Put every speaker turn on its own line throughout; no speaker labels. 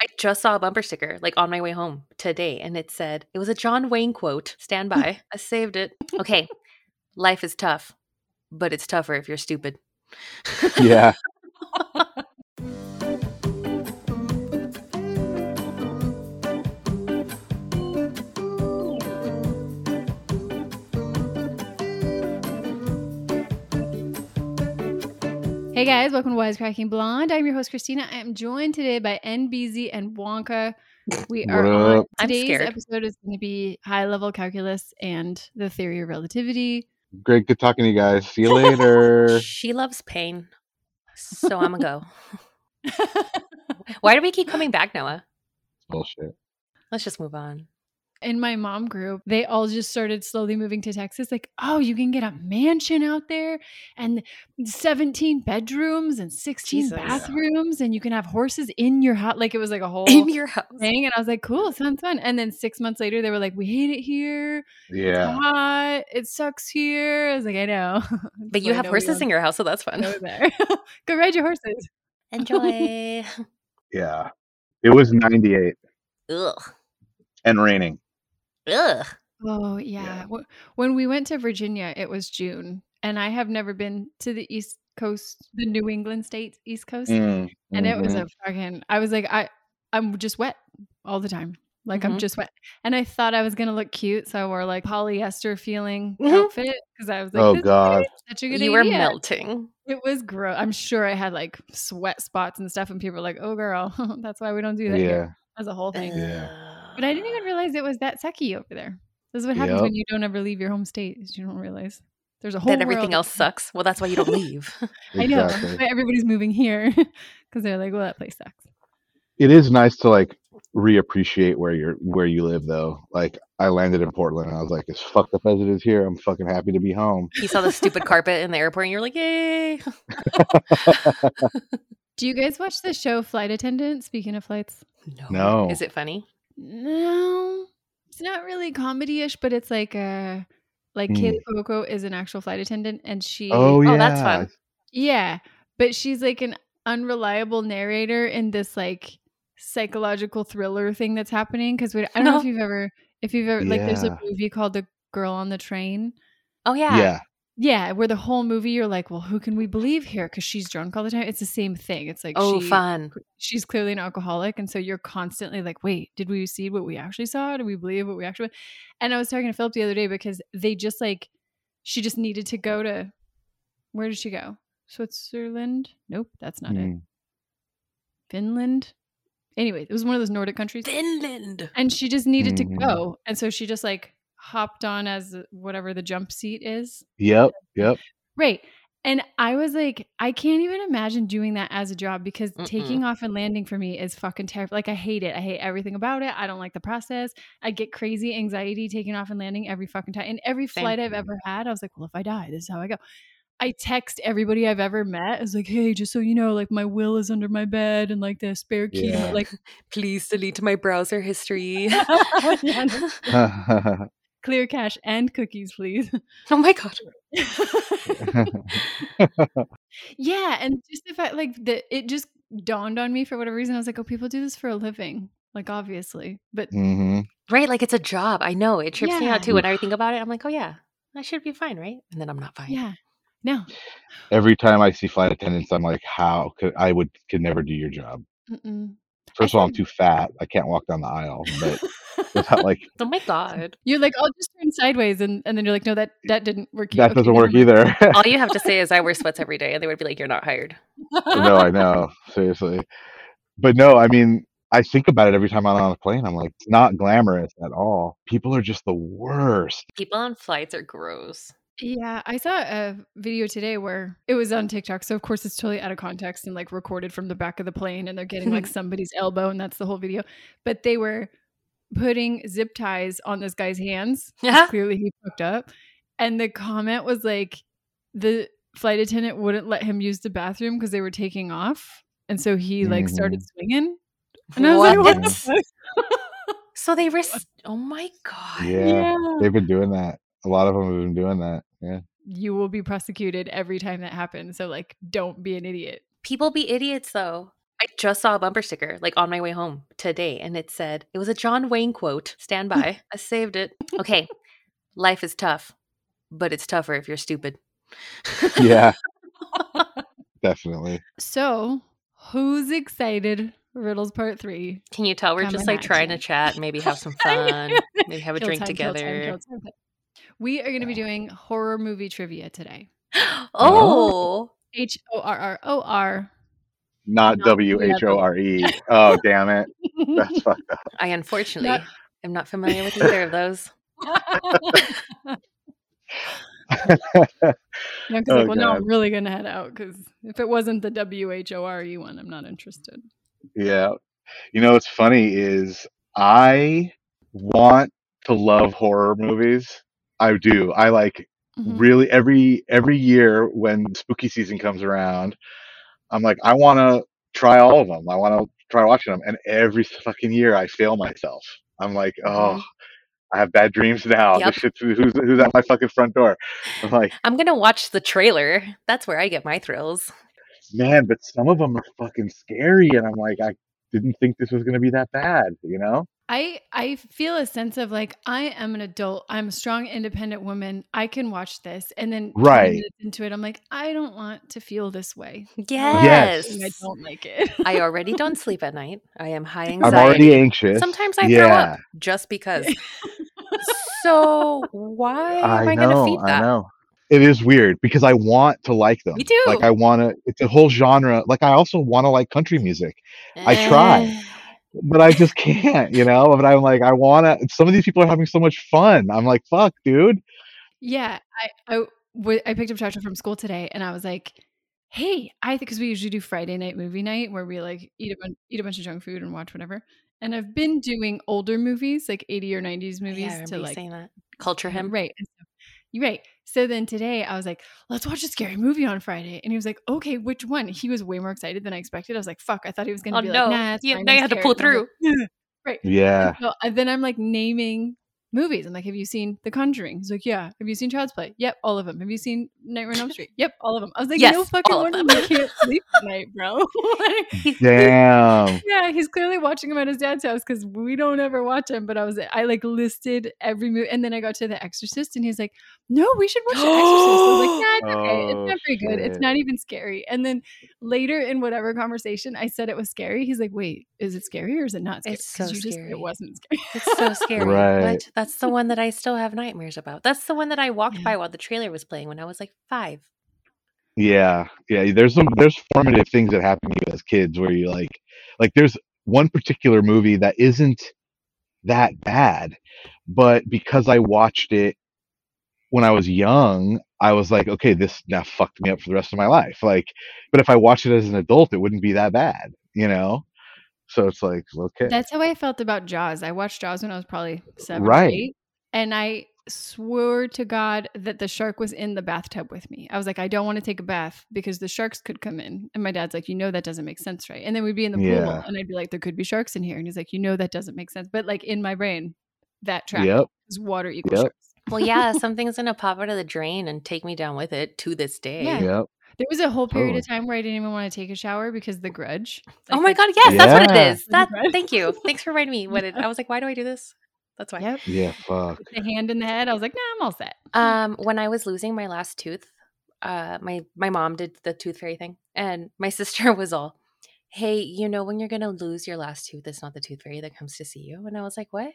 I just saw a bumper sticker like on my way home today, and it said, it was a John Wayne quote. Stand by. I saved it. Okay. Life is tough, but it's tougher if you're stupid.
Yeah.
Hey guys, welcome to Wisecracking Blonde. I'm your host Christina. I am joined today by NBZ and Wonka. We are
What
on
up?
I'm
today's
scared.
episode is going to be high level calculus and the theory of relativity.
Great. Good talking to you guys. See you later.
She loves pain. So I'm a go. Why do we keep coming back, Noah?
Bullshit.
Let's just move on.
In my mom group, they all just started slowly moving to Texas. Like, oh, you can get a mansion out there and 17 bedrooms and 16
Jesus.
bathrooms, and you can have horses in your house. Like, it was like a whole
In your house.
thing. And I was like, cool, sounds fun. And then six months later, they were like, we hate it here.
Yeah.
Uh-huh. hot. It sucks here. I was like, I know.
But you have horses in your house, so that's fun.
Go there. Go ride your horses.
Enjoy.
Yeah. It was 98
Ugh.
and raining.
Ugh.
Oh yeah. Wh- When we went to Virginia, it was June, and I have never been to the East Coast, the New England states, East Coast,
Mm,
and it was
mhm.
a fucking. I was like, I, I'm just wet all the time. Like
Mhm.
I'm just wet, and I thought I was gonna look cute, so I wore like polyester feeling
Mhm.
outfit because I was like,
Oh
this is
god.
such a good
You were
idea.
melting.
It was gross. I'm sure I had like sweat spots and stuff, and people were like, "Oh, girl, that's why we don't do that
Yeah.
here." As a
Oh
whole thing,
Yeah.
but I didn't even realize it was that sucky over there. This is what happens
Yep.
when you don't ever leave your home state. Is you don't realize there's a whole
that everything
world
else sucks. Well, that's why you don't leave.
I know.
Exactly.
That's why everybody's moving here because they're like, "Well, that place sucks."
It is nice to like reappreciate where you're where you live though. Like I landed in Portland and I was like, as fucked up as it is here, I'm fucking happy to be home.
you saw the stupid carpet in the airport, and you're like, "Yay!"
Do you guys watch the show Flight Attendant? Speaking of flights,
No.
Is it funny?
no, it's not really comedy-ish, but it's like uh like
Mm.
Kaylee Cuoco is an actual flight attendant, and she
Oh yeah.
Oh, that's fun.
Yeah, but she's like an unreliable narrator in this like psychological thriller thing that's happening because I don't know if
No.
you've ever if you've ever like there's
Yeah.
a movie called The Girl on the Train.
Oh yeah.
Yeah.
Yeah, where the whole movie you're like, well, who can we believe here? Because she's drunk all the time. It's the same thing. It's like
Oh,
she,
fun.
she's clearly an alcoholic, and so you're constantly like, wait, did we see what we actually saw? Do we believe what we actually? And I was talking to Philip the other day because they just like she just needed to go to where did she go? Switzerland? Nope, that's not it.
Mm.
Finland. Anyway, it was one of those Nordic countries.
Finland.
And she just needed
Mhm.
to go. And so she just like hopped on as whatever the jump seat is.
Yep. Yep.
Right. And I was like, I can't even imagine doing that as a job because
Mm-mm.
taking off and landing for me is fucking terrible. Like, I hate it. I hate everything about it. I don't like the process. I get crazy anxiety taking off and landing every fucking time. And every
Same.
flight I've ever had, I was like, well, if I die, this is how I go. I text everybody I've ever met. I was like, hey, just so you know, like my will is under my bed and like the spare key.
Yeah.
Like,
Please delete my browser history.
Yeah, no. clear cash and cookies, please.
oh my god.
yeah. And just the fact, like, that it just dawned on me for whatever reason. I was like, oh, people do this for a living. Like, obviously. But
hmm
Right, like it's a job. I know it trips me
Yeah.
out too. When I think about it, I'm like, "Oh yeah, I should be fine, right?" And then I'm not fine.
yeah, no.
Every time I see flight attendants, I'm like, how could I would could never do your job.
Mm-mm.
First of all, I'm
heard-
too fat. I can't walk down the aisle. But without, like
Oh my god.
You're like, I'll just turn sideways. And, and then you're like, no, that, that didn't work.
that
Okay,
doesn't
never
work
mind.
either.
All you have to say is, "I wear sweats every day," and they would be like, "You're not hired."
no, I know. Seriously. But no, I mean, I think about it every time I'm on a plane. I'm like, it's not glamorous at all. People are just the worst.
People on flights are gross.
Yeah, I saw a video today where it was on TikTok. So of course it's totally out of context and like recorded from the back of the plane and they're getting like somebody's elbow and that's the whole video. But they were putting zip ties on this guy's hands. 'cause
Yeah.
Clearly he fucked up. And the comment was like the flight attendant wouldn't let him use the bathroom because they were taking off. And so he like started swinging. And I was like, what the
What?
fuck?
So they risk. Oh my god.
Yeah, They've been doing that. A lot of them have been doing that. Yeah.
You will be prosecuted every time that happens. So like don't be an idiot.
People be idiots though. I just saw a bumper sticker like on my way home today and it said, it was a John Wayne quote. Stand
Hmm.
by. I saved it. Okay. Life is tough, but it's tougher if you're stupid.
Yeah, definitely.
So, who's excited? Riddles part three.
Can you tell we're
Come
just
on,
like trying to
Ashley.
chat, maybe have some fun, maybe have a
Kill
drink
time, kill time,
together?
kill time. We are going to be doing horror movie trivia today.
Oh,
H O R R O R.
Not
Not
W H O R E. Oh, damn it. That's fucked up.
I unfortunately
Not-
am not familiar with either of those.
Bianca's
Oh,
like, well, no,
God.
I'm really going to head out because if it wasn't the W H O R E one, I'm not interested.
Yeah. You know what's funny is I want to love horror movies. I do. I like
Mm-hmm.
Mhm.
really every every year when spooky season comes around, I'm like, I want to try all of them. I want to try watching them, and every fucking year I fail myself. I'm like, oh,
Mhm.
I have bad dreams now.
Yep.
This shit's, who's who's at my fucking front door? I'm like,
I'm gonna watch the trailer. That's where I get my thrills.
man, but some of them are fucking scary, and I'm like, I didn't think this was gonna be that bad, you know?
I I feel a sense of like I am an adult. I'm a strong, independent woman. I can watch this, and then 20
Right.
minutes into it, I'm like, I don't want to feel this way.
Yes,
I don't like it.
I already don't sleep at night. I am high
I'm
anxiety.
already anxious.
Sometimes I throw
yeah,
up just because. so why
I
am I,
know,
gonna feed
I
that?
know. It is weird because I want to like them.
Me too.
Like I want to. It's a whole genre. Like I also want to like country music. I try.
Eh,
but I just can't, you know. But I'm like, I want to. Some of these people are having so much fun. I'm like, fuck, dude.
Yeah, I I w- I picked up Chacha from school today, and I was like, "Hey, I because we usually do Friday night movie night where we like eat a bun- eat a bunch of junk food and watch whatever." And I've been doing older movies, like eighty or nineties
Oh, yeah, I
movies,
remember
to
you
like
saying that. Culture
yeah,
him.
right? and so- You're right. So then today I was like, "Let's watch a scary movie on Friday," and he was like, "Okay, which one?" He was way more excited than I expected. I was like, "Fuck!" I thought he was gonna
Oh
be
no.
like, "Nah, it's
You-
fine,
now
I'm
you have to
scared,"
pull
and I was like, right.
Yeah,
so I- then I'm like naming movies. I'm like, have you seen The Conjuring? He's like, yeah. Have you seen Child's Play? Yep, all of them. Have you seen Nightmare on Elm Street? Yep, all of them. I was like, no
Yes,
fucking
all of
one
them.
of them. You can't sleep tonight, bro. Like,
damn.
yeah, he's clearly watching him at his dad's house because we don't ever watch him. But I was, I like listed every movie, and then I got to The Exorcist, and he's like, no, we should watch The Exorcist. I was like, nah, it's okay.
Oh,
It's not very good. It's
shit.
not even scary. And then later in whatever conversation, I said it was scary. He's like, wait, is it scary or is it not scary?
It's so
'Cause you just said
scary.
it wasn't scary.
It's so scary.
Right.
What? That's the one that I still have nightmares about. That's the one that I walked
Yeah.
by while the trailer was playing when I was like five.
Yeah, yeah. There's some there's formative things that happen to you as kids where you like like there's one particular movie that isn't that bad, but because I watched it when I was young, I was like, okay, this now fucked me up for the rest of my life. Like, but if I watched it as an adult, it wouldn't be that bad, you know. So it's like, okay,
That's how I felt about Jaws. I watched Jaws when I was probably seven, right?
Right.
Eight, and I swore to God that the shark was in the bathtub with me. I was like, I don't want to take a bath because the sharks could come in. And my dad's like, you know that doesn't make sense, right? And then we'd be in the pool,
Yeah.
and I'd be like, there could be sharks in here, and he's like, you know that doesn't make sense. But like in my brain, that track
yep,
is water equals
Yep.
sharks.
Well, yeah, something's gonna pop out of the drain and take me down with it to this day.
Yeah.
yep.
There was a whole period of
Totally.
time where I didn't even want to take a shower because the grudge.
Oh
Like,
my god,
the-
yes, that's what
Yeah.
it is. That
Right?
thank you. Thanks for reminding me what it I was like, why do I do this? That's why.
Yep.
Yeah, fuck.
The hand in the head. I was like, nah, I'm all set.
Um, when I was losing my last tooth, uh, my my mom did the tooth fairy thing, and my sister was all, "Hey, you know when you're gonna lose your last tooth, it's not the tooth fairy that comes to see you." And I was like, "What?"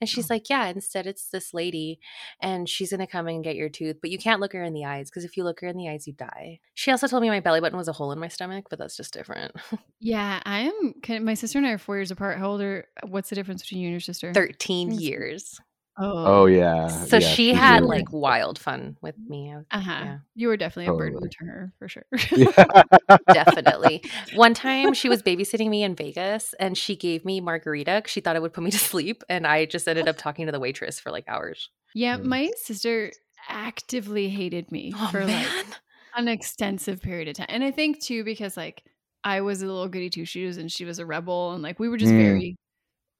And she's like, "Yeah, instead it's this lady, and she's gonna come and get your tooth, but you can't look her in the eyes because if you look her in the eyes, you die." She also told me my belly button was a hole in my stomach, but that's just different.
Yeah, I am. Can, my sister and I are four years apart. How old are? What's the difference between you and your sister?
Thirteen
Yes.
years,
Oh yeah.
Uh, so
yeah,
she
she's
had
really-
like wild fun with me. I was-
Uh huh.
yeah.
You were definitely a burden
Totally.
to her for sure.
definitely. One time she was babysitting me in Vegas and she gave me margarita 'cause she thought it would put me to sleep. And I just ended up talking to the waitress for like hours.
yeah,
Mm.
my sister actively hated me
Oh,
for like
man.
an extensive period of time, and I think too because like I was a little goody two shoes and she was a rebel, and like we were just
Mm.
very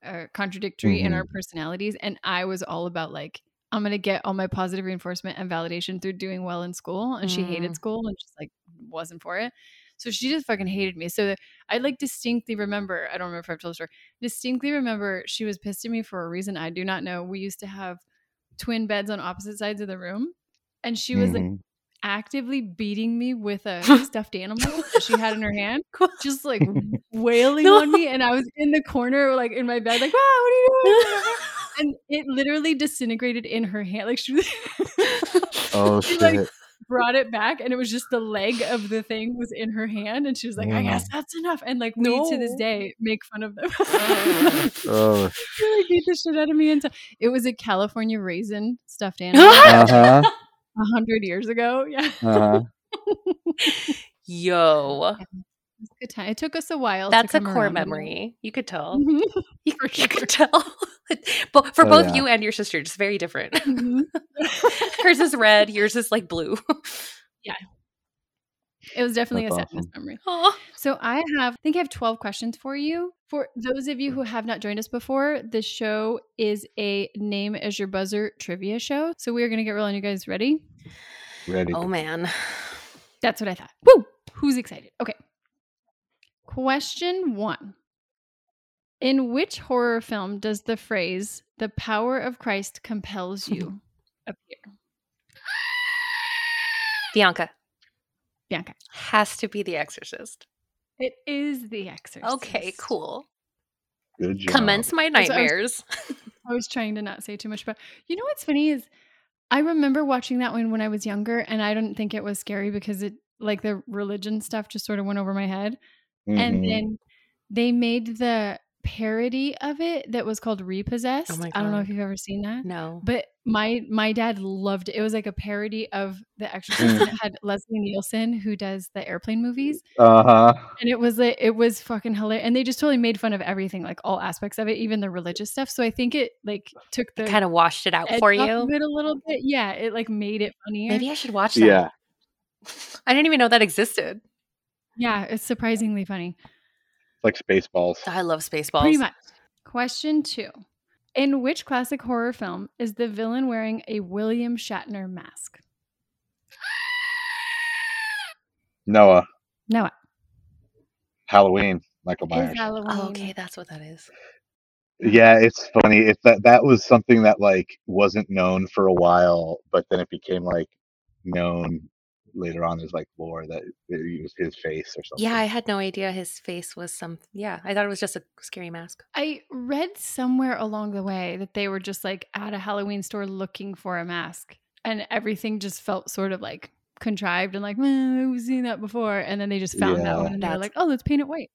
uh, contradictory in
Mhm.
our personalities, and I was all about like. I'm gonna get all my positive reinforcement and validation through doing well in school, and she hated
Mm.
school and just like wasn't for it. So she just fucking hated me. So I like distinctly remember, I don't remember if I've told the story, distinctly remember she was pissed at me for a reason I do not know. We used to have twin beds on opposite sides of the room. And she was like
Mhm.
actively beating me with a stuffed animal that she had in her hand, just like wailing
No.
on me. And I was in the corner, like in my bed, like, wow, what are you doing? and it literally disintegrated in her hand. Like she was-
oh
she
shit.
like brought it back, and it was just the leg of the thing was in her hand, and she was like, "I
Wow.
guess that's enough." And like we to this
No.
day make fun of them.
oh.
They, like, beat the shit out of me. And so- it was a California raisin stuffed animal a
Uh-huh.
hundred years ago. Yeah, it
Uh-huh.
Yo,
was a good time. It took us a while. to
that's a
come
core
around.
memory. You could tell.
Mhm.
You, you could tell. but for
Oh,
both
yeah.
you and your sister, just very different.
Mhm.
Hers is red. Yours is like blue.
It was definitely
That's
a sadness
awesome.
memory.
Aw.
So I have, I think I have 12 questions for you. For those of you who have not joined us before, this show is a name as your buzzer trivia show. So we are going to get rolling. You guys ready?
Ready.
Oh man.
That's what I thought. Woo! Who's excited? Okay. Question one. In which horror film does the phrase, the power of Christ compels you, appear?
Bianca
Bianca.
has to be the exorcist.
It is The Exorcist.
Okay, cool.
Good job.
Commence my
That's what I was-
nightmares.
I was trying to not say too much about. You know what's funny is I remember watching that one when I was younger and I didn't think it was scary because it like the religion stuff just sort of went over my head. And
Mm-hmm.
Mhm.
then they made the parody of it that was called Repossessed.
Oh my
I don't know if
God.
you've ever seen that.
No.
But my my dad loved it. It was like a parody of The Exorcist and it had Leslie Nielsen who does the airplane movies.
uh-huh.
And it was like it was fucking hilarious. And they just totally made fun of everything, like all aspects of it, even the religious stuff. So I think it like took the
kind of washed it out
edge
for
off
you.
of it a little bit. Yeah, it like made it funnier.
Maybe I should watch that.
Yeah.
I didn't even know that existed.
yeah, it's surprisingly funny.
Like Spaceballs.
I love Spaceballs.
Pretty much. Question two: In which classic horror film is the villain wearing a William Shatner mask?
Noah.
Noah.
Halloween. Michael
Is
Myers.
Halloween.
Oh, okay, that's what that is.
Yeah, it's funny. It's that that was something that like wasn't known for a while, but then it became like known later on as like lore that it was his face or something.
Yeah, I had no idea his face was some. Yeah, I thought it was just a scary mask.
I read somewhere along the way that they were just like at a Halloween store looking for a mask, and everything just felt sort of like contrived and like "Meh, we've seen that before, and then they just found that
Yeah.
one and they're
That's-
like, oh, let's paint it white.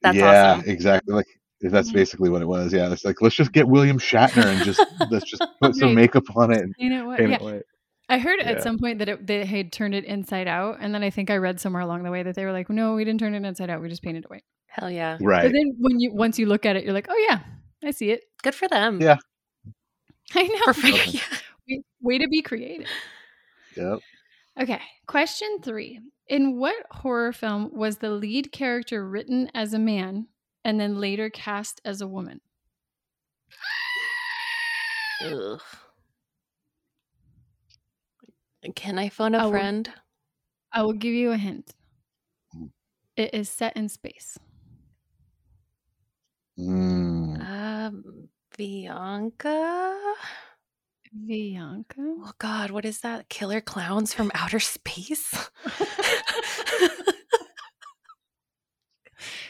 That's
yeah,
awesome.
exactly. Like that's
Mhm.
basically what it was. Yeah, it's like let's just get William Shatner and just let's just put some
Right.
makeup on it and
Paint it white.
paint
Yeah,
it white.
I heard at
Yeah.
some point that it, they had turned it inside out, and then I think I read somewhere along the way that they were like, "No, we didn't turn it inside out. We just painted it white."
Hell yeah.
But
Right.
then when you once you look at it, you're like, "Oh yeah, I see it.
Good for them.
Yeah.
I know.
For freak-
Okay.
yeah.
Way, way to be creative."
Yep.
Okay, question three: In what horror film was the lead character written as a man and then later cast as a woman?
Ugh. Can I phone a
Oh.
friend?
I will give you a hint.
Hmm.
It is set in space.
Mm.
Um, Bianca?
Bianca.
Oh, God, what is that? Killer clowns from outer space?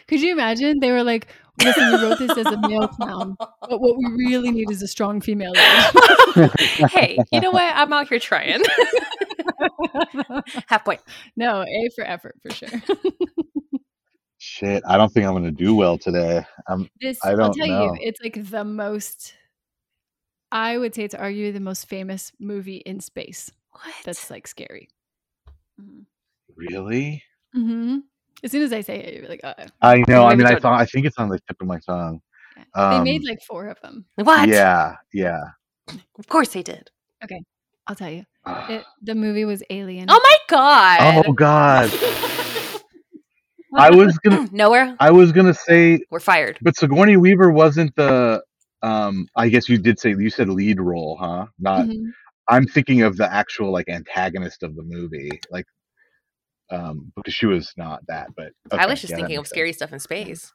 Could you imagine? They were like, "Listen, you wrote this as a male clown, but what we really need is a strong female." lead."
hey, you know what? I'm out here trying. Half point.
no, A for effort for sure.
Shit, I don't think I'm gonna do well today. I'm
This
I
will
don't
tell
know.
you, it's like the most. I would say it's arguably the most famous movie in space.
What?
That's like scary. Mm-hmm.
really.
hmm As soon as I say it, you're like, uh.
I know. I
Maybe
mean, I
don't-
thought I think it's on the tip of my tongue.
they
Um,
made like four of them.
what?
Yeah, yeah.
Of course they did.
I'll tell you,
Ah.
it, the movie was Alien.
Oh my God.
oh God, I was gonna,
Nowhere.
I was gonna say,
Mm, We're fired.
but Sigourney Weaver wasn't the. Um, I guess you did say you said lead role, huh? Not.
Mm-hmm.
Mhm.
I'm thinking of the actual like antagonist of the movie, like um, because she was not that. But
I
okay,
was just
yeah, that
thinking of
makes
scary stuff
Mm,
in space.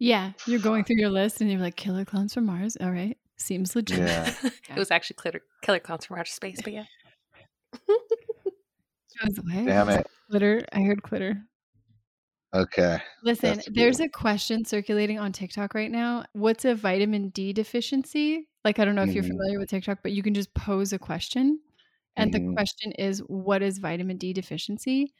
Yeah, you're going through your list and you're like, Killer Clowns from Mars. All right, seems legit.
Yeah.
it was actually Killer, killer Clowns from Outer Space, but yeah.
Goes away.
sense. Damn it.
Glitter. I heard glitter.
Okay.
Listen,
That's
there's
cool.
a question circulating on TikTok right now. What's a vitamin D deficiency? Like, I don't know if you're
Mhm.
familiar with TikTok, but you can just pose a question. And the
Mhm.
question is, what is vitamin D deficiency?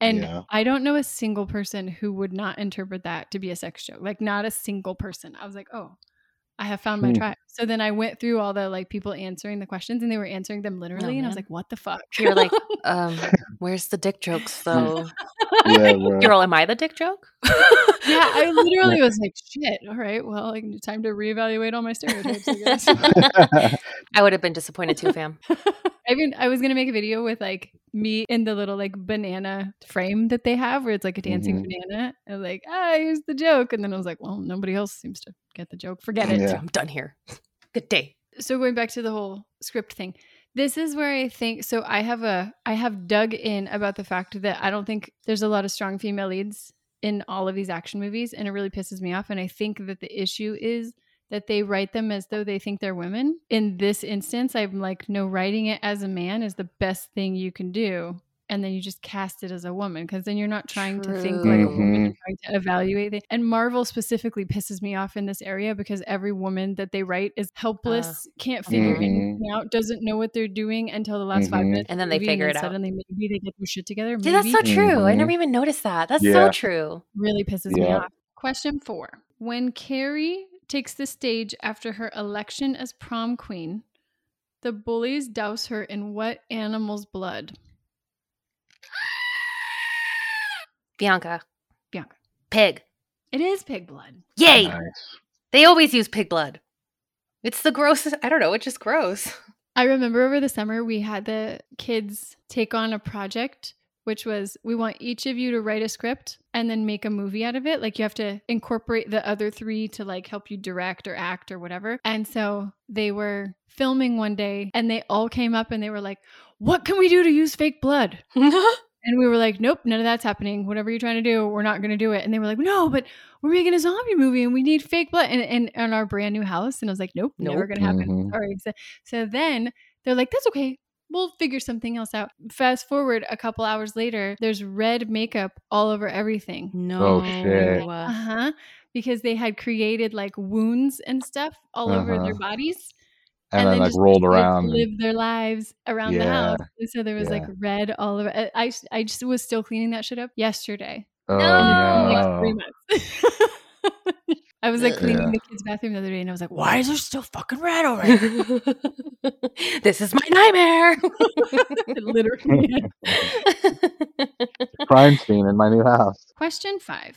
And
Yeah.
I don't know a single person who would not interpret that to be a sex joke. Like, not a single person. I was like, oh, I have found my
Hmm.
tribe. So then I went through all the like people answering the questions and they were answering
Oh,
them literally. and
man.
I was like, what the fuck?
You're like, um, where's the dick jokes though?
Yeah. Well,
Girl, am I the dick joke?
yeah, I literally was like, shit. All right. Well, like, time to reevaluate all my stereotypes, I guess.
I would have been disappointed too, fam.
I mean, I was gonna make a video with like me in the little like banana frame that they have, where it's like a dancing
Mhm.
banana. And like, ah, here's the joke. And then I was like, well, nobody else seems to get the joke. Forget it.
Yeah.
I'm done here. Good day.
So going back to the whole script thing, this is where I think. So I have a I have dug in about the fact that I don't think there's a lot of strong female leads in all of these action movies, and it really pisses me off. And I think that the issue is that they write them as though they think they're women. In this instance, I'm like, no, writing it as a man is the best thing you can do. And then you just cast it as a woman because then you're not trying to think like a woman,
Mhm.
you're trying to evaluate things. And Marvel specifically pisses me off in this area because every woman that they write is helpless, can't figure
Mhm.
anything out, doesn't know what they're doing until the last five
Mhm.
minutes. of
And then
the
they
movie, and
figure it out.
Suddenly, maybe they get their shit together.
Dude, that's
maybe.
so true. I
Mhm.
never even noticed that. That's
Yeah.
so true.
really pisses me
Yeah.
off. Question four. When Carrie takes the stage after her election as prom queen, the bullies douse her in what animal's blood?
Bianca.
Bianca.
Pig.
It is pig blood.
Yay.
nice.
They always use pig blood. It's the grossest. I don't know. It's just gross.
I remember over the summer we had the kids take on a project, which was we want each of you to write a script and then make a movie out of it. Like you have to incorporate the other three to like help you direct or act or whatever. And so they were filming one day and they all came up and they were like, What can we do to use fake blood? And we were like, nope, none of that's happening. Whatever you're trying to do, we're not going to do it. And they were like, no, but we're making a zombie movie and we need fake blood and and and our brand new house. And I was like, nope, never
Nope.
going to happen.
Mhm.
Sorry. So, so then they're like, that's okay. We'll figure something else out. Fast forward a couple hours later, there's red makeup all over everything.
no.
Oh, shit.
Uh
Uh-huh.
huh. Because they had created like wounds and stuff all over their
Uh-huh.
bodies
And, then, like
just
rolled
proceeded to
around. and-
live their lives around the
Yeah,
house. And so there was like red all over. I- I I just was still cleaning that shit up yesterday.
Oh
No.
Like,
no.
three months. I was like cleaning
Oh. Yeah.
the kids' bathroom the other day, and I was like, "Why is there still fucking red over it?"
this is my nightmare.
Literally.
Crime scene in my new house.
Question five: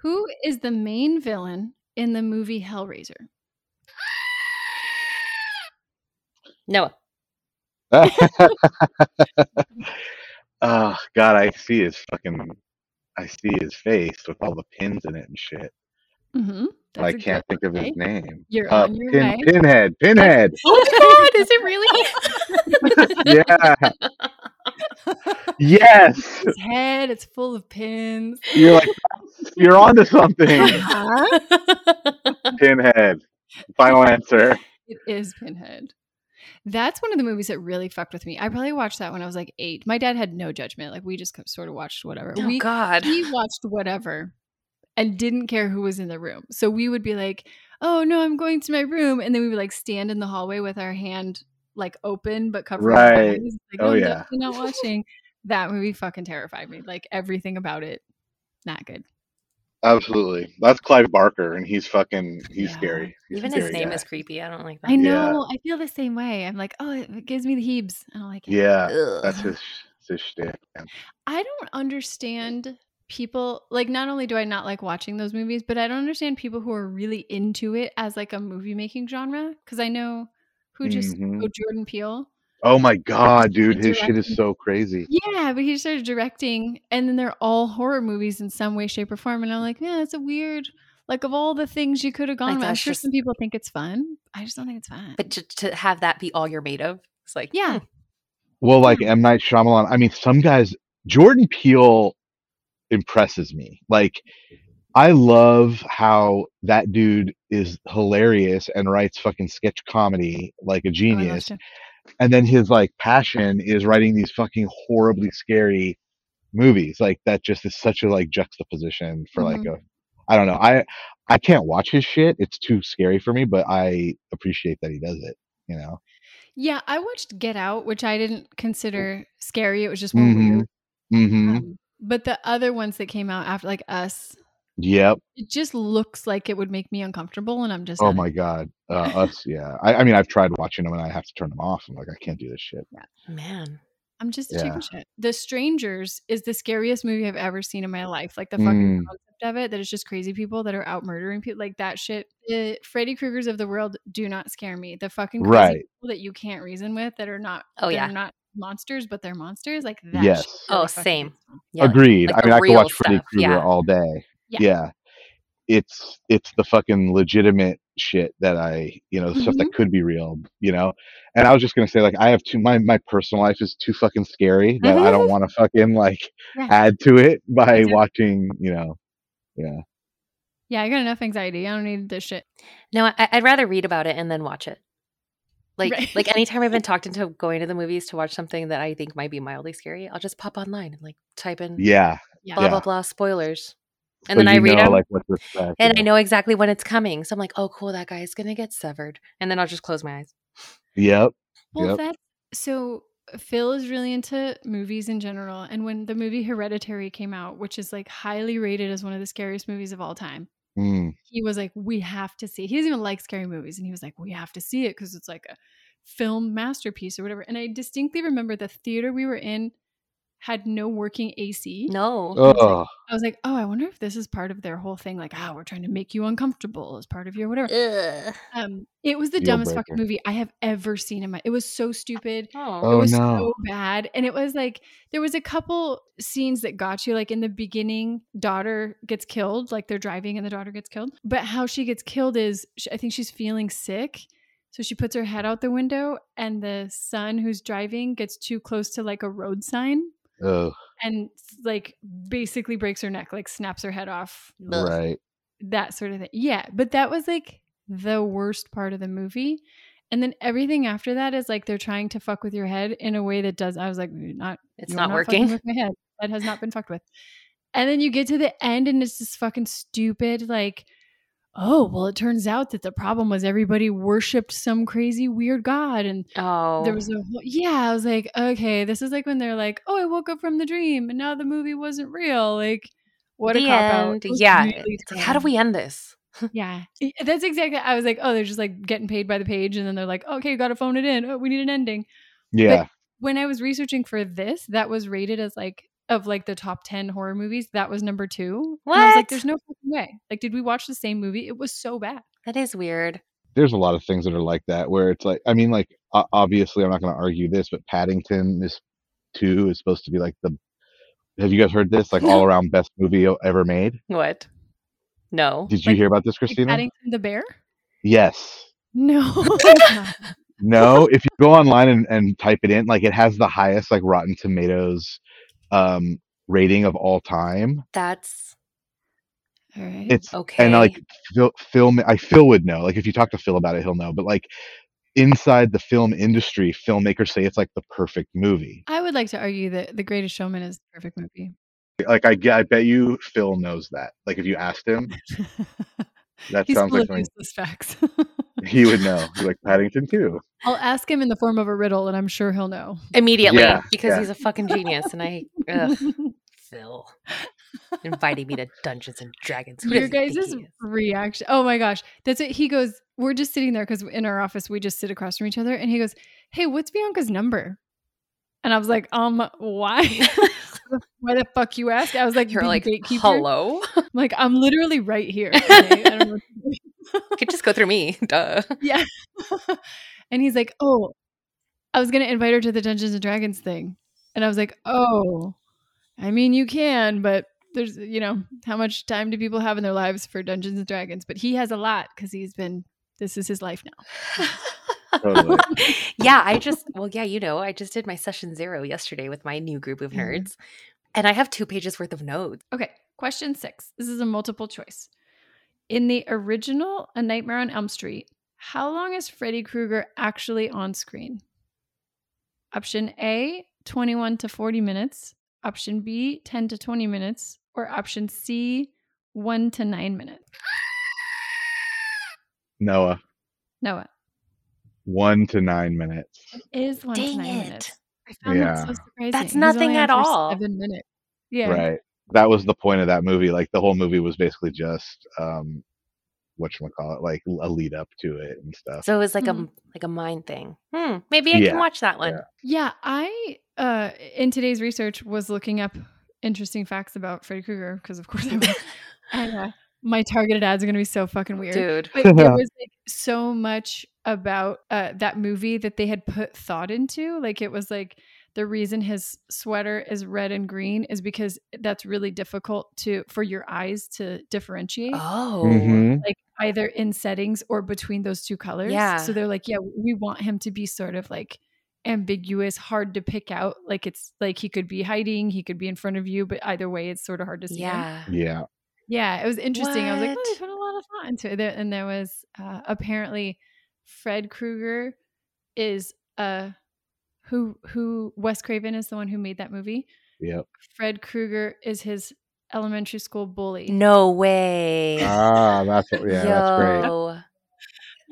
Who is the main villain in the movie Hellraiser?
Noah.
oh God, I see his fucking. I see his face with all the pins in it and shit.
Mm-hmm.
But I can't think of his name.
You're
Uh,
on your
pin,
way.
pinhead, pinhead.
Oh my god, is it really?
yeah. Yes,
His head, it's full of pins.
you're like you're onto something. Pinhead. Final answer.
It is Pinhead. That's one of the movies that really fucked with me. I probably watched that when I was like eight. My dad had no judgment. Like we just sort of watched whatever.
oh
we
god.
he watched whatever and didn't care who was in the room. So we would be like, "Oh no, I'm going to my room," and then we would like stand in the hallway with our hand like open but covered. our
Right.
eyes. Like,
Oh,
I'm
yeah.
definitely not watching. that movie fucking terrified me. Like everything about it, not good.
Absolutely. That's Clive Barker, and he's fucking. He's
Yeah.
scary. He's a
Even his
scary
name
guy.
is creepy. I don't like that.
I
Yeah.
know. I feel the same way. I'm like, oh, it gives me the heebs. I don't like it.
Yeah,
Ugh.
that's his. sh- His shtick. man.
I don't understand people like not only do I not like watching those movies, but I don't understand people who are really into it as like a movie making genre cuz I know who just
Mhm.
oh Jordan Peele.
Oh my god, dude, his shit
Interacting.
is so crazy.
Yeah, but he started directing and then they're all horror movies in some way shape or form and I'm like, yeah, it's a weird like of all the things you could have gone with. I'm
that's
sure
just-
some people think it's fun. I just don't think it's fun.
But to, to have that be all you're made of, it's like
yeah,
hmm,
Well, like M Night Shyamalan. I mean, some guys Jordan Peele impresses me. Like I love how that dude is hilarious and writes fucking sketch comedy like a
Oh, I
genius.
lost you.
and then his like passion is writing these fucking horribly scary movies like that just is such a like juxtaposition for
Mm-hmm.
like a i don't know i i can't watch his shit it's too scary for me but i appreciate that he does it you know
Yeah, I watched Get Out, which I didn't consider scary. It was just more weird.
mm-hmm
Um, But the other ones that came out after, like Us,
yep
it just looks like it would make me uncomfortable, and I'm just
oh
not-
my god uh us yeah I, I mean i've tried watching them and i have to turn them off i'm like i can't do this shit
Hmm,
Man.
I'm just a
Yeah.
chicken shit. The Strangers is the scariest movie I've ever seen in my life. Like the fucking
Mm.
concept of it, that it's just crazy people that are out murdering people, like that shit. The Freddy Krueger's of the world do not scare me. The fucking crazy
Right.
people that you can't reason with that are not.
Oh,
they're
yeah.
Not monsters, but they're monsters. Like that. shit
Mm. Yes.
really
Oh,
fucking
same.
gets me.
Yeah.
Agreed.
like
I
the
mean, I could
real
watch Freddy
stuff,
Krueger
yeah.
all day.
Yeah.
Yeah. it's it's the fucking legitimate shit that I, you know, the stuff
Mm-hmm.
that could be real, you know. And I was just gonna say, like, I have too my my personal life is too fucking scary that I
Mm-hmm.
don't want to fucking like
Yeah.
add to it by
Exactly.
watching, you know. Yeah,
Yeah, I got enough anxiety. I don't need this shit.
No, I, I'd rather read about it and then watch it. Like,
Right.
like anytime I've been talked into going to the movies to watch something that I think might be mildly scary, I'll just pop online and like type in
yeah.
Yeah.
blah
Yeah.
blah blah spoilers, Mm. and
So
then I
you
read
know,
them,
like what to expect.
and
yeah.
I know exactly when it's coming. So I'm like, oh cool, that guy's gonna get severed, and then I'll just close my eyes.
Yep.
Well,
Yep.
that's so Phil is really into movies in general. And when the movie Hereditary came out, which is like highly rated as one of the scariest movies of all time,
Mm.
he was like, We have to see. He doesn't even like scary movies. And he was like, We have to see it because it's like a film masterpiece or whatever. And I distinctly remember the theater we were in had no working AC.
No,
Oh,
I was like, Oh, I wonder if this is part of their whole thing. Like, ah, we're trying to make you uncomfortable as part of your whatever.
Ugh.
Um, it was the
Eh. Deal
dumbest fucking
breaker.
movie I have ever seen in my. It was so stupid
oh,
Oh,
it was
no.
so bad and it was like there was a couple scenes that got you like in the beginning daughter gets killed like they're driving and the daughter gets killed but how she gets killed is sh- i think she's feeling sick so she puts her head out the window and the son who's driving gets too close to like a road sign
oh,
and like basically breaks her neck like snaps her head off
Ugh.
right.
that sort of thing. Yeah, but that was like the worst part of the movie. And then everything after that is like they're trying to fuck with your head in a way that does. I was like, "You're not.
it's
you're
not
fucking
working.
With my head that has not been fucked with. And then you get to the end, and it's this fucking stupid like. Oh well, it turns out that the problem was everybody worshipped some crazy weird god, and
Oh,
there was a whole, yeah. I was like, okay, this is like when they're like, oh, I woke up from the dream, and now the movie wasn't real. Like, what
the
a cop out.
end. Yeah, it's like, how do we end this?
Yeah, I- E, that's exactly. I was like, oh, they're just like getting paid by the page, and then they're like, okay, you got to phone it in. Oh, we need an ending.
Yeah.
When I was researching for this, that was rated as like of like the top ten horror movies. That was number two. And I was like,
What?
there's no fucking way. Like, did we watch the same movie? It was so bad.
That is weird.
there's a lot of things that are like that where it's like i mean like o- obviously i'm not going to argue this but paddington is two is supposed to be like the have you guys heard this like all around best movie o- ever made
What? No.
did you
Like-
hear about this
Like
christina
Paddington the bear?
yes
No. No.
no if you go online and, and type it in like it has the highest like rotten tomatoes um rating of all time
That's
All right.
it's
okay.
and like Phil, film i phil would know like if you talk to phil about it he'll know but like inside the film industry filmmakers say it's like the perfect movie
I would like to argue that The Greatest Showman is the perfect movie.
like I, ge- I bet you Phil knows that. Like if you asked him, That
He's
sounds
full
like
of
something-
useless facts.
he would know. He's like Paddington too.
I'll ask him in the form of a riddle, and I'm sure he'll know.
immediately
Yeah,
because
yeah.
he's a fucking genius and I ugh, Phil inviting me to Dungeons and Dragons. Who does
your
he think
guys'
he is?
reaction. Oh my gosh. That's it. He goes, We're just sitting there because in our office, we just sit across from each other. And he goes, Hey, what's Bianca's number? And I was like, Um, why? why the fuck you ask? I was like,
You're
"Being
like
gatekeeper."
hello.
I'm like, I'm literally right here. okay? I don't know what to do."
Could just go through me. Duh.
yeah. and he's like, Oh, I was going to invite her to the Dungeons and Dragons thing. And I was like, Oh, I mean, you can, but there's, you know, how much time do people have in their lives for Dungeons and Dragons? But he has a lot because he's been, this is his life now.
Totally.
yeah, I just well, yeah, you know, I just did my session zero yesterday with my new group of
Mhm.
nerds. And I have two pages worth of notes.
Okay, question six. This is a multiple choice. In the original A Nightmare on Elm Street, how long is Freddy Krueger actually on screen? Option A, 21 to 40 minutes. Option B, 10 to 20 minutes. Or option C, 1 to 9 minutes.
Noah,
Noah,
one to nine minutes.
it is 1 to
Dang
9
it.
minutes. I found that so
Yeah.
surprising.
That's
He's only
nothing
on
at
for
all.
7 minutes. Yeah.
Right. That was the point of that movie. Like the whole movie was basically just um whatchamacallit, like a lead up to it and stuff.
So it was like
Mhm.
a like a mind thing. Hmm. Maybe I
Yeah.
can watch that one.
Yeah, I uh in today's research was looking up interesting facts about Freddy Krueger because of course I was. and uh, my targeted ads are going to be so fucking weird.
Dude.
But there was like so much about uh that movie that they had put thought into. Like it was like the reason his sweater is red and green is because that's really difficult to for your eyes to differentiate
Oh.
Mhm.
like either in settings or between those two colors.
Yeah.
So they're like, yeah, we want him to be sort of like ambiguous, hard to pick out. Like it's like he could be hiding, he could be in front of you, but either way, it's sort of hard to see. Him.
Yeah.
Yeah.
Yeah. It was interesting. I was like, oh,
What?
they put a lot of thought into it. There, and there was uh, apparently Fred Krueger is uh who who Wes Craven is the one who made that movie.
Yep.
Fred Krueger is his elementary school bully.
No way.
Ah, that's what, yeah, that's great.
Yo.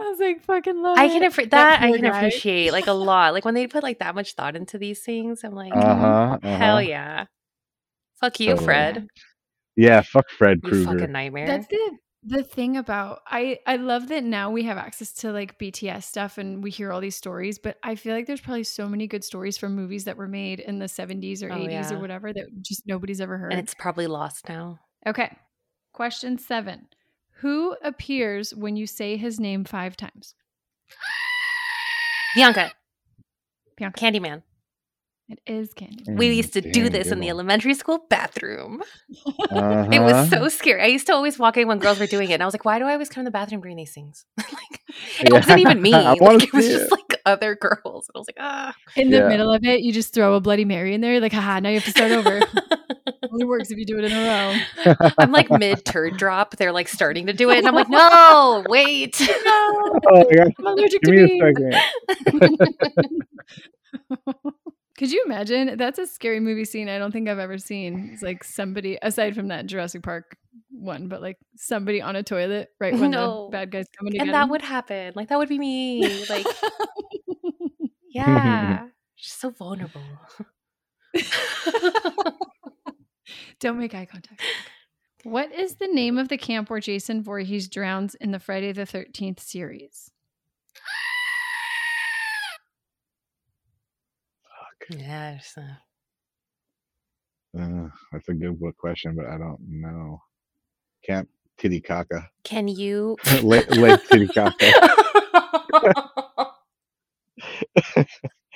I was like, fucking love
I
it.
can appreciate that. I
poor
can
guy.
appreciate like a lot. Like when they put like that much thought into these things, I'm like,
Uh huh.
hell yeah. Fuck you,
Totally.
Fred.
Yeah. Fuck Fred
You fucking
Oh, Krueger.
nightmare.
That's the the thing about I I love that now we have access to like BTS stuff and we hear all these stories, but I feel like there's probably so many good stories from movies that were made in the 70s or
Oh,
80s
yeah.
or whatever that just nobody's ever heard.
and it's probably lost now.
okay. Question 7. Who appears when you say his name 5 times?
Bianca,
Bianca.
Candyman.
It is Candy.
Mm,
We used to do this in the
elementary.
elementary school bathroom.
uh
It was so scary. I used to always walk in when girls were doing it, and I was like, "Why do I always come to the bathroom during these things?" like, it
Yeah.
wasn't even me.
I wanna
like, it was
see
just
it.
like other girls, and I was like, "Ah."
In the
Yeah.
middle of it, you just throw a bloody mary in there you're like, haha, now you have to start over. Only works if you do it in a row.
I'm like mid turd drop. They're like starting to do it, and I'm like, "No, wait."
No,
Oh my God.
I'm allergic
Give
to
me a
bees.
second.
Could you imagine? That's a scary movie scene I don't think I've ever seen. It's like somebody, aside from that Jurassic Park one, but like somebody on a toilet right when
No.
the bad guy's coming to
and
get
that
him.
would happen. Like that would be me. Like,
Mm-hmm.
yeah, she's so vulnerable.
don't make eye contact. What is the name of the camp where Jason Voorhees drowns in the Friday the 13th series?
yeah, it's, uh,
Uh, that's a good book question, but I don't know. Camp Titicaca.
can you?
Lake, Lake Titicaca.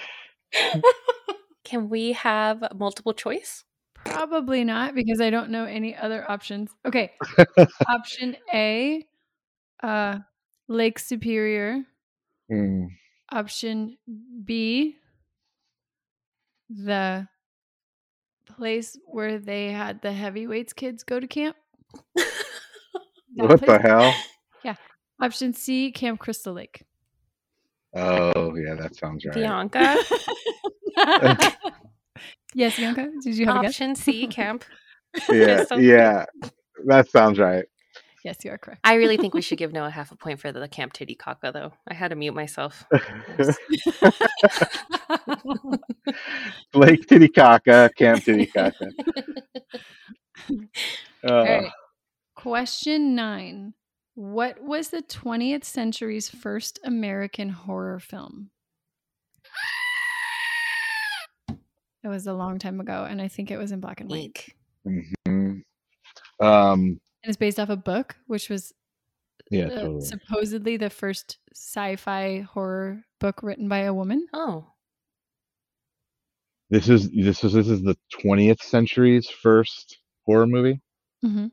can we have multiple choice?
Probably not because I don't know any other options. Okay. Option A, uh, Lake Superior.
Mm.
Option B, the place where they had the heavyweights kids go to camp. That
What the
place.
hell?
Option C, Camp Crystal Lake.
Oh, yeah, that sounds right.
Bianca,
yes, Bianca, did you have a guess?
option C, camp.
Yeah,
Crystal.
yeah, that sounds right.
Yes, you are correct.
I really think we should give Noah half a point for the camp titty caca, though. I had to mute myself.
Lake Titicaca, Camp Titicaca.
All
Uh,
right. Question nine. What was the 20th century's first American horror film? It was a long time ago, and I think it was in black and white.
Week.
mhm. Um,
And it's based off a book, which was
yeah,
uh,
totally.
supposedly the first sci fi horror book written by a woman.
Oh,
This is this is this is the 20th century's first horror movie.
Mm-hmm.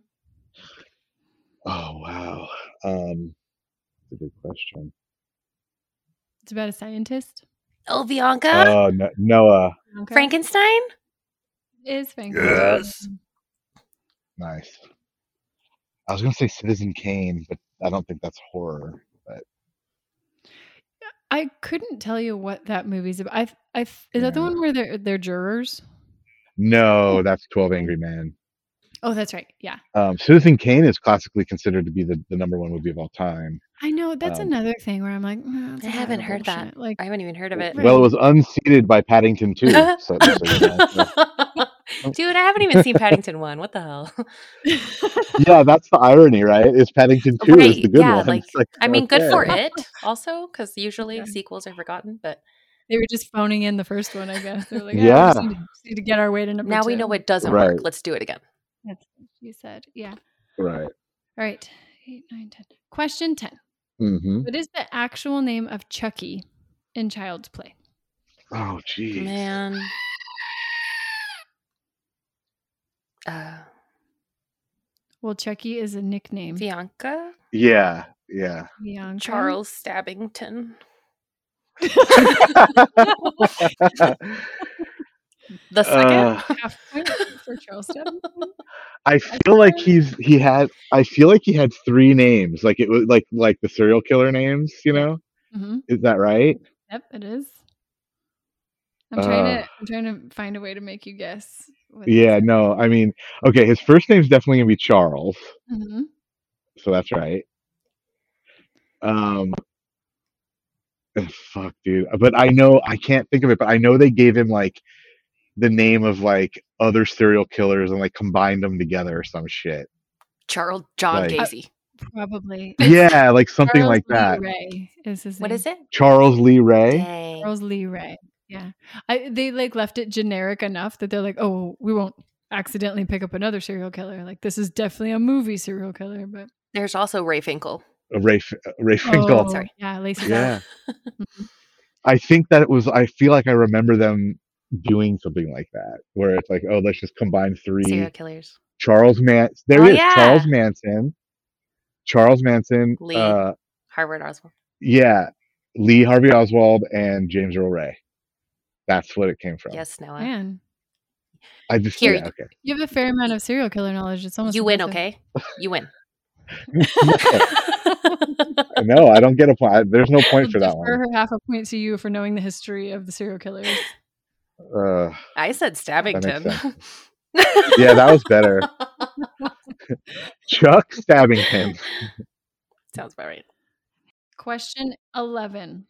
Oh wow, um, that's a good question.
It's about a scientist.
Uh,
oh, Bianca,
Oh, no, Noah.
Okay.
Frankenstein.
is Frank.
Yes.
Nice. I was gonna say Citizen Kane, but I don't think that's horror.
I couldn't tell you what that movie's about. I I is that the
Yeah.
one where they're they're jurors?
No, that's Twelve Angry Men.
Oh, that's right. Yeah.
Um, Citizen Kane is classically considered to be the, the number one movie of all time.
I know that's
Um,
another thing where I'm like, "Mm, that's
I
a lot
haven't
of
heard that.
bullshit." Like,
I haven't even heard of it.
Well, it was unseated by Paddington too. So, so, you know, so-
Dude, I haven't even seen Paddington 1. What the hell?
yeah, that's the irony, right? Is Paddington Two is the
Right,
good
yeah,
one?
like,
It's like,
I mean, good for
okay.
it also, because usually
Yeah.
sequels are forgotten, but
they were just phoning in the first one, I guess. They're like, yeah,
Yeah.
we just need, to, just need to get our way to number
now we know
two."
what doesn't work.
Right.
Let's do it again.
That's what you said. Yeah.
Right.
All right. Eight, nine, ten. Question ten.
Mm-hmm.
What is the actual name of Chucky in Child's Play?
Oh, geez.
Man. Uh,
Well, Chucky is a nickname.
Bianca?
Yeah. Yeah.
Bianca.
Charles Stabbington. The second?
Uh,
Half point for Charles Stabbington.
I feel like he's he had I feel like he had three names like it was like like the serial killer names you know
hmm
is that right
Yep, it is. I'm trying
Uh.
to. I'm trying to find a way to make you guess. what it
yeah
is.
no I mean okay his first name's definitely gonna be Charles
Mhm.
so that's right um eh, fuck dude but I know I can't think of it but I know they gave him like the name of like other serial killers and like combined them together or some shit
Charles John
Like-
Gacy.
Probably.
yeah like something
Charles
like
Lee
that
Ray is his
what
name.
is it?
Charles Lee Ray
Dang.
Charles Lee Ray. Yeah. I they like left it generic enough that they're like, oh, we won't accidentally pick up another serial killer. Like this is definitely a movie serial killer, but
There's also Ray Finkel.
Ray F- Ray Finkel
Oh,
Sorry.
Yeah, Lacey. Yeah.
Yeah.
Mm-hmm.
I think that it was, I feel like I remember them doing something like that, where it's like, oh, let's just combine three.
Serial killers.
Charles Man, there
Oh,
is Charles
yeah.
Manson, Charles Manson,
Lee.
Uh,
Harvard Oswald.
yeah, Lee Harvey Oswald, and James Earl Ray. That's what it came from.
Yes, Noah.
Man,
I just,
Here,
yeah, okay.
you have a fair amount of serial killer knowledge. It's almost
You win,
impressive.
okay? You win.
Uh, No, I don't get a point. I- There's no point
I'll
for that
defer
one.
her half a point to you for knowing the history of the serial killers.
Uh,
I said Stabbington.
yeah, that was better. Chuck Stabbington.
Sounds about right.
Question 11.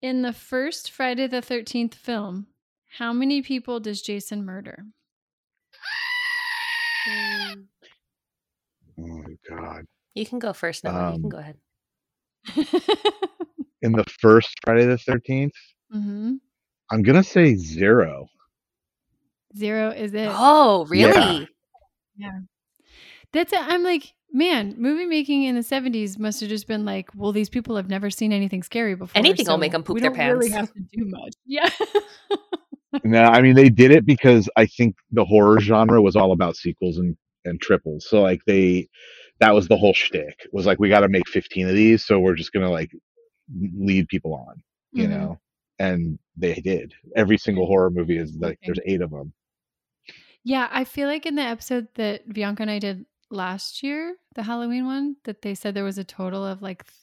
In the first Friday the 13th film, how many people does Jason murder?
Oh, God.
You can go first, Noah. you can
Um,
go ahead.
In the first Friday the 13th,
hmm
I'm going to say zero.
Zero is it.
Oh,
Yeah.
really?
That's it. I'm like, man, movie making in the 70s must have just been like, well, these people have never seen anything scary before.
Anything will make 'em poop
we
their
don't Really
pants."
have to do much. Yeah.
No, I mean they did it because I think the horror genre was all about sequels and and triples. So like they, that was the whole shtick. Was like we got to make fifteen of these, so we're just gonna like lead people on, you
Mm-hmm.
Mhm.
know. And they did. Every single horror movie is like there's eight of them.
Yeah, I feel like in the episode that Bianca and I did last year, the Halloween one, that they said there was a total of like th-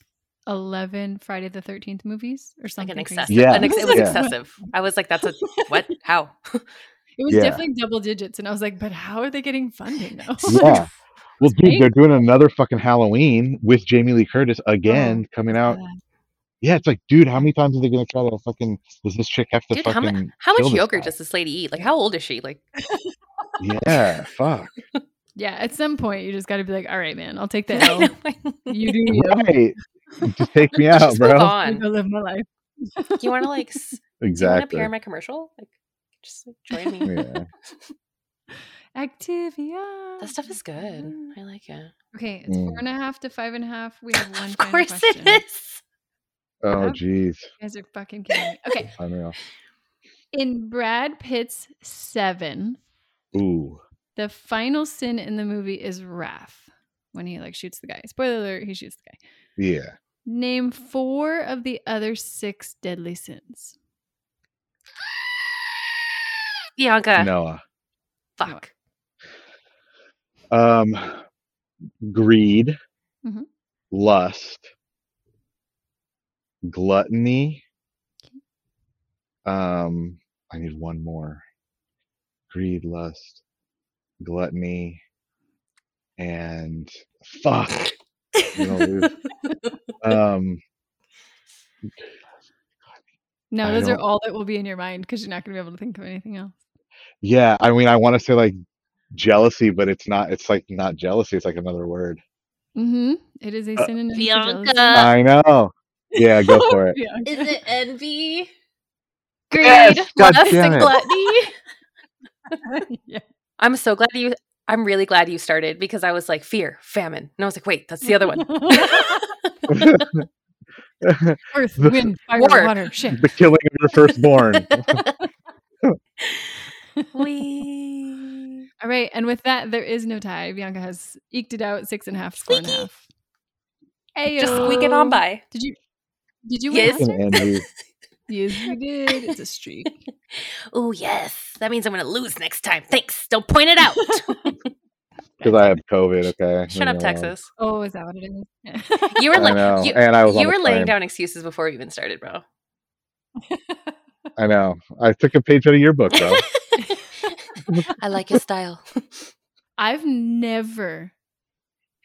11 Friday the 13th movies or
Like an
something.
excessive.
crazy.
Yeah.
an ex- it was
Yeah.
excessive. I was like, that's a what? How?
It was
Yeah.
definitely double digits. And I was like, but how are they getting funding though?
Yeah. Well,
Right?
dude, they're doing another fucking Halloween with Jamie Lee Curtis again
Oh,
coming out. Yeah, it's like, dude, how many times are they gonna try to fucking? Does this chick have to
Dude, how,
fucking?
mu- how
kill
much
this
yogurt
guy?
does this lady eat? Like, how old is she? Like,
Yeah, fuck.
yeah. At some point, you just got to be like, all right, man, I'll take the
I
L.
know.
You do you.
Right. Just take me out,
Just
bro.
move
I'm
on.
gonna live my life.
You want to like, s- do you want to
Exactly.
appear in my commercial? Like, just like, join me.
yeah.
Activia.
That stuff is good.
Mm.
I like it.
Okay, it's four
Mm.
and a half to five and a half. We have one.
Of
final
course
question.
it is.
Oh,
Yep.
jeez.
You guys are fucking kidding me. Okay,
Unreal.
in Brad Pitt's Seven,
Ooh.
the final sin in the movie is wrath when he like shoots the guy. Spoiler alert: he shoots the guy.
Yeah.
Name four of the other six deadly sins.
Bianca.
Noah.
Fuck.
Um, greed,
Mm-hmm.
Mhm.
lust, gluttony. Um, I need one more. Greed, lust, gluttony, and fuck. I'm gonna lose. um,
No,
I
those are
don't-
all that will be in your mind because you're not going to be able to think of anything else.
yeah, I mean, I want to say like jealousy, but it's not. It's like not jealousy. It's like another word.
Mm-hmm. It is a
Uh,
synonym. for
Bianca.
jealousy.
I know. Yeah, go for it.
Bianca.
Is it envy? Greed,
Yes, God
lust,
damn
and
it.
gluttony.
yeah.
I'm so glad you. I'm really glad you started because I was like fear, famine, and I was like, wait, that's the other one.
Earth,
The-
wind, fire,
War.
water, shit.
the killing of your firstborn.
we.
All right, and with that, there is no tie. Bianca has eked it out six and a half, score and a
Squeaky.
half. Ayo.
Just squeaking on by.
Did you? Did you
Yes.
win?
Fucking
Esther?
envy.
Yes, you did. It's a streak.
Oh, yes. That means I'm going to lose next time. Thanks. Don't point it out.
because I have COVID. Okay,
Shut up, Texas.
Oh, is that what it is?
You were
I
like,
know,
you,
and I was on
you
a
were laying
plane.
down excuses before we even started, bro.
I know. I took a page out of your book, though.
I like his style.
I've never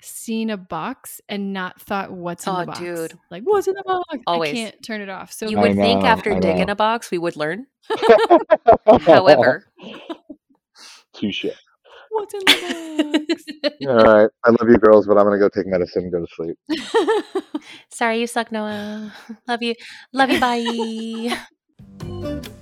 seen a box and not thought, "What's in
Oh,
the box?"
dude.
Like, what's in the box?
Always.
I can't turn it off. So
You
I
would think
know,
after
I
digging
know.
a box, we would learn. However,
touche.
what's in the box?
All right, I love you, girls, but I'm gonna go take medicine and go to sleep.
sorry you suck, Noah. Love you. Love you. Bye.